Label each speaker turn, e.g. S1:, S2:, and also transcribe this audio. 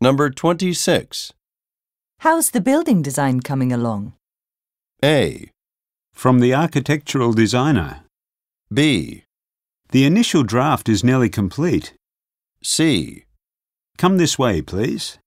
S1: Number 26.
S2: How's the building design coming along?
S1: A.
S3: From the architectural designer.
S1: B.
S3: The initial draft is nearly complete.
S1: C.
S3: Come this way, please.